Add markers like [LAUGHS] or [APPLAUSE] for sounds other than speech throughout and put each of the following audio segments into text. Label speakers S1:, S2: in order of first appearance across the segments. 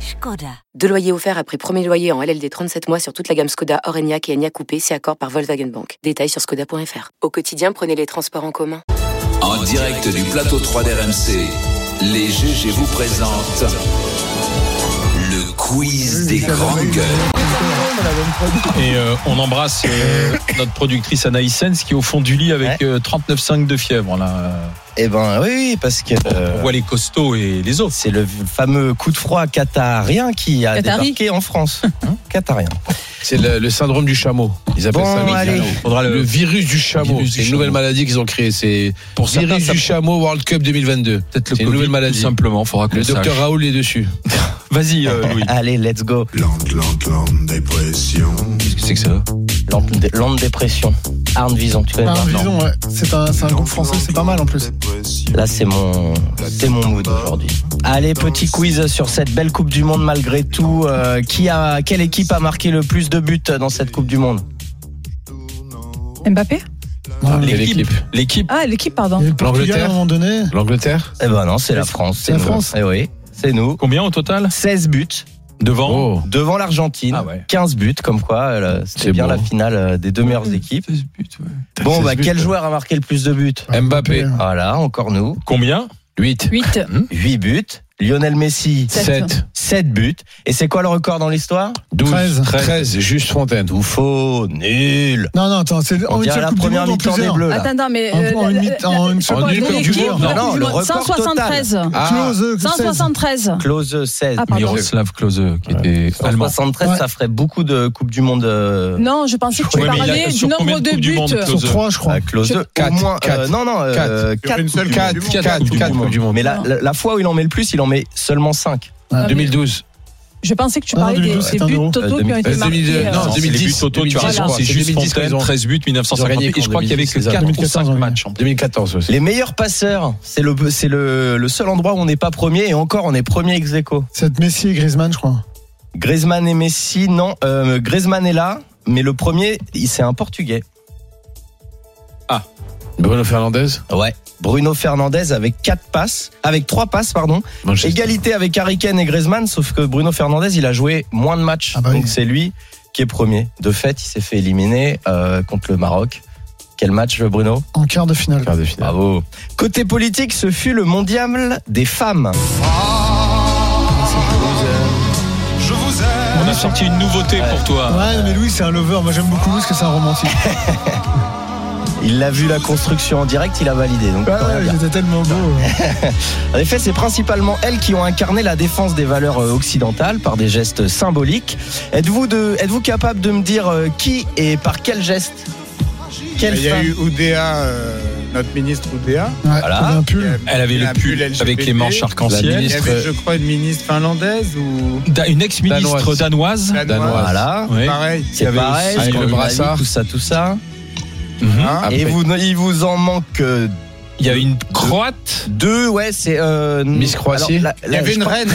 S1: Skoda. Deux loyers offerts après premier loyer en LLD 37 mois sur toute la gamme Skoda, Orenia et Enya Coupé, c'est accord par Volkswagen Bank. Détails sur skoda.fr. Au quotidien, prenez les transports en commun.
S2: En direct du plateau 3 d'RMC, les GG vous présentent le quiz des grandes gueules.
S3: Et euh, on embrasse euh, notre productrice Anaïs Sens qui est au fond du lit avec euh, 39,5 de fièvre. Là.
S4: Eh ben oui, oui, parce que euh,
S3: On voit les costauds et les autres.
S4: c'est le fameux coup de froid qatarien qui a
S5: Qatari.
S4: débarqué en France. Hein, qatarien.
S6: C'est le, le syndrome du chameau. Ils appellent
S4: Bon,
S6: ça le-
S4: allez.
S3: Faudra
S6: le
S3: le-
S6: virus du chameau.
S3: virus du
S6: C'est une
S3: chameau.
S6: nouvelle maladie qu'ils ont créée. C'est
S3: Pour
S6: virus
S3: certains, ça-
S6: du chameau World Cup 2022.
S3: peut-être le
S6: C'est une
S3: Covid,
S6: nouvelle maladie.
S3: tout simplement. Faudra que
S6: Le docteur Raoul est dessus.
S3: Vas-y,
S4: [LAUGHS]
S3: euh, Louis.
S4: Allez, let's go.
S7: Lente, lente, lente dépression.
S3: Qu'est-ce que c'est que ça
S4: Lampe, dé- lampe dépression. Arne Vison, tu connais
S8: Ah,
S4: pas
S8: Vison, ouais. C'est un, c'est un groupe français, c'est pas mal en plus.
S4: Là, c'est mon, c'est mon mood aujourd'hui. Allez, petit quiz sur cette belle Coupe du Monde malgré tout. Euh, qui a, quelle équipe a marqué le plus de buts dans cette Coupe du Monde
S5: Mbappé
S8: Non,
S6: Quelle
S8: il
S6: équipe
S3: L'équipe,
S5: Ah, l'équipe, pardon.
S8: y a le Portugal à
S6: L'Angleterre
S8: un moment donné.
S6: L'Angleterre
S4: Eh ben non, c'est la France.
S8: la
S4: nous.
S8: France
S4: Eh oui, c'est nous.
S3: combien au total
S4: 16 buts
S3: Devant
S6: Oh.
S4: devant l'ArgentIne.
S3: Ah ouais.
S4: 15 buts, comme quoi euh, c'était
S6: C'est
S4: bien
S6: bon.
S4: la finale euh, des deux meilleures équipes. Bon,
S6: 16
S4: bah,
S6: buts,
S4: quel
S6: ouais.
S4: joueur a marqué le plus de buts
S3: Mmh.
S6: Mbappé.
S8: Ah.
S4: Voilà, encore nous.
S3: Combien
S6: 8.
S5: 8.
S4: 8 buts. Lionel Messi,
S5: Sept.
S6: 7.
S4: 7 buts. Et c'est quoi le record dans l'histoire
S6: 12.
S8: 13.
S6: 13. Juste Fontaine.
S4: Tout faux, nul.
S8: Non, non, attends, Oh, c'est
S4: On
S8: on est
S4: dirait
S8: sur la
S4: la
S8: Coupe du
S4: première
S8: Monde en
S4: mi-temps des
S8: plusieurs.
S4: Bleus, là.
S5: Attends, attends, mais.
S8: En-
S5: euh,
S8: en
S5: la-
S8: une-
S5: la-
S8: en une
S5: la-
S8: seule
S5: la-
S6: partie.
S5: l'équipe,
S6: En une seule
S4: partie.
S5: la
S4: Non,
S5: Coupe du
S4: le
S5: Monde,
S4: record
S5: 173.
S6: Ah,
S8: Close, euh, que
S5: 173.
S4: Klose, 16.
S5: Ah, pardon.
S3: Miroslav Klose, qui était allemand.
S4: 173,
S8: Ouais.
S4: ça ferait beaucoup de Coupe du Monde. euh,
S5: Non, je pensais que tu
S3: Ouais, mais il a-
S5: parlais du
S3: sur combien
S5: nombre
S3: de
S5: de
S3: Coupes du
S5: buts.
S3: Monde,
S8: seize. Sur
S9: euh.
S3: Bah, Close.
S8: 3, je crois.
S4: à Klose
S3: Je-
S4: 2.
S3: Quatre,
S4: Au moins,
S3: quatre,
S4: euh, non, non, euh,
S3: quatre.
S4: quatre
S6: une
S4: Coupes
S6: seule
S4: du
S6: quatre,
S4: Monde.
S6: quatre,
S4: Quatre Coupes du
S6: quatre
S4: Monde.
S6: Coupes du Monde.
S4: Mais la, la- la fois où il en met le plus, il en met seulement 5.
S8: Ah, mais-
S6: 2012.
S5: Je pensais que tu
S8: Non,
S5: parlais des,
S8: 2012,
S5: des
S8: c'est un euro.
S5: buts totaux
S4: Euh,
S5: qui ont été
S6: euh, 2002,
S5: marqués.
S6: non,
S5: euh,
S3: c'est les
S6: 2010,
S3: buts auto, tu as raison,
S6: voilà.
S3: c'est juste
S6: 2010,
S3: Fontaine,
S6: ils ont-
S3: 13
S6: Ils
S3: buts,
S6: ont
S3: 1950.
S6: gagné
S3: Et je crois qu'il y avait que
S6: contre
S3: 4 ou 5
S8: 2014,
S3: matchs.
S6: 2014 aussi.
S4: Les meilleurs passeurs, c'est le, c'est le, le seul endroit où on n'est pas premier et encore on est premier ex aequo.
S8: C'est Messi et Griezmann, je crois.
S4: Griezmann et Messi, non, euh, Griezmann est là, mais le premier, il- c'est un Portugais.
S6: Bruno Fernandez.
S4: Ouais. Bruno Fernandez avec quatre passes, avec trois passes pardon,
S6: Manchester.
S4: égalité avec Harry Kane et Griezmann, sauf que Bruno Fernandez il a joué moins de matchs,
S8: Ah bah oui.
S4: donc c'est lui qui est premier. De fait, il s'est fait éliminer euh, contre le Maroc. Quel match Bruno
S8: En quart de finale.
S6: Quart de finale.
S4: Bravo. Côté politique, ce fut le mondial des femmes.
S3: On a sorti une nouveauté pour toi.
S8: Ouais, non, mais Louis, c'est un lover. Moi, j'aime beaucoup Louis parce que c'est un romantique.
S4: Il l'a vu la construction en direct, il a validé. Donc
S8: Ouais,
S4: quand même
S8: ouais,
S4: bien.
S8: j'étais tellement beau. euh.
S4: En effet, c'est principalement elles qui ont incarné la défense des valeurs euh, occidentales par des gestes symboliques. Êtes-vous de, êtes-vous capable de me dire euh, qui et par quel geste Quelle
S9: Il y a
S4: femme
S9: eu Oudéa, euh, notre ministre Oudéa.
S8: Ouais,
S4: Voilà.
S8: t'avais un pull.
S3: Elle avait le
S9: Un
S3: pull
S9: LGBT.
S3: avec les manches
S6: La
S9: Il y
S3: arc-en-ciel.
S9: avait, je crois, une ministre finlandaise ou
S3: Da- Une ex-ministre
S6: Danoise.
S3: danoise.
S9: danoise.
S4: Voilà.
S3: Ouais.
S9: Pareil.
S4: C'est pareil.
S6: aussi-
S4: ce qu'on
S6: Avec le
S4: a
S6: brassard. Ah,
S4: vu, tout ça, tout ça.
S3: Mhm.
S9: Hein
S4: Et
S6: Après.
S4: vous, il vous en manque euh,
S3: Il y a une croate.
S4: deux. Ouais, c'est euh,
S6: Miss Croatie.
S4: alors,
S9: Il
S4: la-
S9: y
S4: la-
S9: avait
S4: je
S9: une
S4: crois-
S9: reine.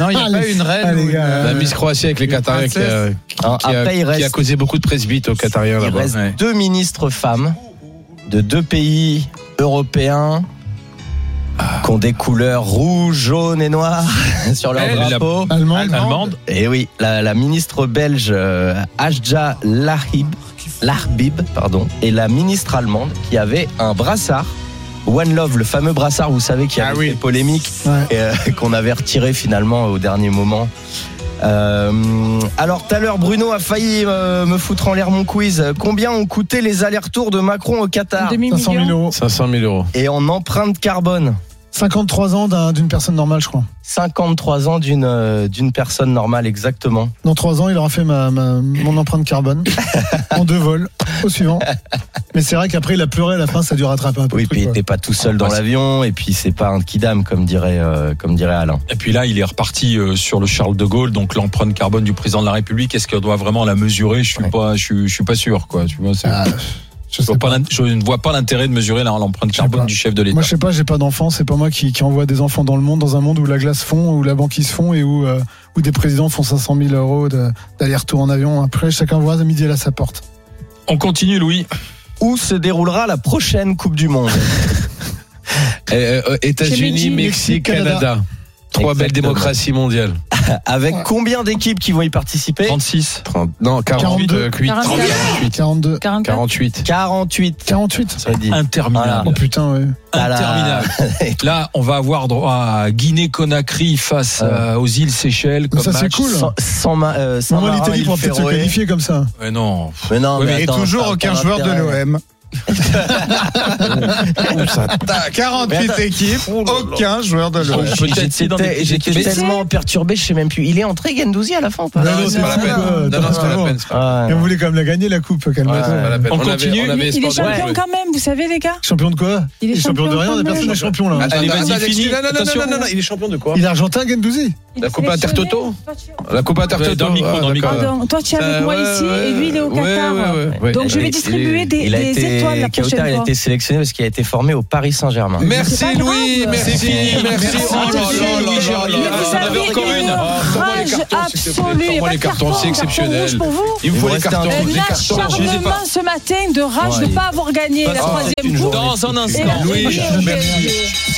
S9: Non, il n'y a
S8: Ah,
S9: pas
S8: les-
S9: une reine.
S8: ah, les
S9: ou une,
S8: gars.
S9: euh,
S6: La Miss Croatie avec les
S9: une
S6: Qatariens qui a,
S9: princesse.
S4: Alors,
S6: qui a-
S4: après, il
S6: qui a
S4: reste,
S6: causé beaucoup de presbytes aux Qatariens
S4: il
S6: là-bas.
S4: reste
S3: Ouais.
S4: deux ministres femmes de deux pays européens.
S6: Ah.
S4: Qui ont des couleurs rouges, jaunes et noires [LAUGHS] sur leur
S3: Elle, la-
S4: drapeau.
S8: Allemand.
S3: Allemande.
S4: Et Eh oui, la, la ministre belge euh, Ajda Lahib, Lahbib pardon, et la ministre allemande qui avait un brassard, One Love, le fameux brassard, vous savez, qui
S9: Ah
S4: avait
S9: oui.
S4: fait polémique,
S8: Ouais.
S4: et, euh, [LAUGHS] qu'on avait retiré finalement au dernier moment. Euh, alors tout à l'heure, Bruno a failli euh, me foutre en l'air mon quiz. Combien ont coûté les allers-retours de Macron au Qatar
S5: Demi
S8: 500 000
S5: million.
S8: euros.
S6: 500 000 euros.
S4: et en empreinte carbone
S8: 53 ans d'un- d'une personne normale, je crois.
S4: 53 ans d'une euh, d'une personne normale exactement.
S8: Dans 3 ans, il aura fait ma, ma- mon
S4: [LAUGHS]
S8: empreinte carbone en deux vols. Au suivant. Mais c'est vrai qu'après, il a pleuré à la fin, ça a dû rattraper un peu.
S4: Oui,
S8: le truc,
S4: puis
S8: quoi.
S4: t'es pas tout seul
S3: Ah,
S4: dans
S3: bah, c'est-
S4: l'avion, et puis c'est pas un kidam comme dirait euh, comme dirait Alain.
S3: Et puis là, il est reparti euh, sur le Charles de Gaulle, donc l'empreinte carbone du président de la République. Est-ce qu'on doit vraiment la mesurer Je suis
S4: Ouais.
S3: pas, je suis, je suis pas sûr, quoi. Tu vois, c'est-
S8: Ah, Je
S3: Je
S8: sais
S3: vois pas
S8: pas.
S3: l'int- je ne vois pas l'intérêt de mesurer la- l'empreinte
S8: Je sais
S3: carbone
S8: pas.
S3: du chef de l'État.
S8: Moi, je sais pas, j'ai pas d'enfants, c'est pas moi qui, qui envoie des enfants dans le monde, dans un monde où la glace fond, où la banquise fond et où, euh, où des présidents font 500 000 euros de- d'aller-retour en avion. Après, chacun voit à midi à sa porte.
S3: On continue, Louis.
S4: Où se déroulera la prochaine Coupe du Monde
S3: Eh,
S6: Euh, euh,
S5: Mexique,
S6: États-Unis, Mexique,
S8: Mexique,
S6: Canada. Trois belles
S4: Exactement.
S6: démocraties mondiales.
S4: Avec combien d'équipes qui vont y participer
S3: 36.
S6: 30, non, 48,
S4: euh,
S8: 42.
S6: 48,
S8: 42.
S5: 44.
S6: 48.
S4: 48.
S8: 48
S4: Ça dit.
S3: Interminable.
S8: Oh putain, ouais.
S4: Ah là.
S3: Interminable. Là, on va avoir droit à Guinée-Conakry face euh, aux îles Seychelles. Comme
S8: Ah. ça, c'est
S3: match.
S8: cool.
S4: Sans, sans ma- euh, sans
S8: Normalement,
S4: Marin,
S8: l'Italie
S4: il
S8: pourra peut-être se
S4: Féroé.
S8: qualifier comme ça.
S3: Mais non.
S4: Mais non,
S3: Oui,
S4: mais
S3: mais
S9: Et
S4: attends,
S9: toujours
S4: t'as-
S9: aucun
S4: t'as
S9: joueur de
S4: intérêt.
S9: l'OM.
S6: Ça,
S9: T'as
S4: Mais
S9: 48
S4: attends.
S9: équipes,
S8: Oh
S9: aucun joueur de l'OM.
S4: Je-
S3: Peut-être
S4: j'étais
S3: dans des-
S4: te- J'étais
S3: Mais
S4: tellement perturbé, je sais même plus. Il est entré Gendouzi à la fin ou pas
S8: Non,
S3: Ah,
S8: non,
S6: c'est pas la
S8: fou,
S6: peine.
S8: quoi.
S6: Non, non, c'est pas la
S8: Vraiment.
S6: peine. c'est pas-
S8: Et on
S4: Ouais.
S8: voulait quand même la gagner, la coupe,
S6: c'est
S8: calme-toi.
S6: pas la peine.
S3: On
S6: avait-
S3: continue.
S6: avait
S5: Il est
S6: espoir de-
S5: champion quand même, vous savez, les gars.
S8: Champion de quoi
S5: Il est
S8: champion de
S5: champion
S8: rien,
S5: quand
S8: on est personne
S5: même.
S8: n'est champion là. Ah,
S6: Attends,
S3: Allez, vas-y,
S6: attends,
S3: fini.
S6: Non, non, non,
S3: Attention.
S6: non, non, non, il est champion de quoi
S8: Il est argentin, Gendouzi
S5: Il
S6: La
S5: est
S6: Coupe
S5: sélectionné.
S6: Intertoto
S5: Toi, tu-
S6: La Coupe
S3: Ouais,
S6: Intertoto
S3: dans le micro,
S6: ah,
S3: dans le micro.
S6: d'accord.
S5: Pardon, toi tu es avec
S6: Euh,
S5: Ah, moi
S6: ouais,
S5: ici
S6: ouais,
S5: et lui il est au
S6: ouais,
S5: Qatar.
S6: ouais, ouais, ouais.
S5: Donc je
S6: Il
S5: vais
S6: est-
S5: distribuer des,
S4: Il a
S5: des
S4: été-
S5: étoiles la prochaine
S4: Kautar, il a
S5: fois.
S4: été sélectionné parce qu'il a été formé au Paris Saint-Germain.
S6: Merci
S5: Mais c'est pas
S6: Louis,
S5: grave.
S6: merci,
S3: C'est fini.
S6: merci.
S3: Merci,
S6: Oh là
S3: Louis
S6: là là
S3: Gérard.
S6: là
S5: Mais
S6: là
S5: vous
S6: là, on
S5: avez
S6: en avait encore
S5: une
S6: une. Sors-moi les
S5: rage
S6: cartons, s'il te plaît.
S5: absolue. Il y a
S6: Sors-moi
S5: pas
S6: les
S5: de
S6: cartons,
S5: carton,
S6: c'est
S5: rouge
S6: exceptionnel.
S5: pour vous.
S6: Il vous faut
S4: Il
S6: les
S4: reste un
S6: cartons.
S4: truc.
S6: les
S5: Un
S6: cartons. Je les ai pas.
S5: acharnement ce matin de rage de
S4: Ouais.
S5: ne pas avoir gagné la
S6: Passe-moi
S5: troisième
S6: une
S5: coupe.
S6: journée.
S3: Dans un
S5: Et
S3: instant.
S5: la-
S6: Louis,
S5: et-
S6: merci.
S5: et-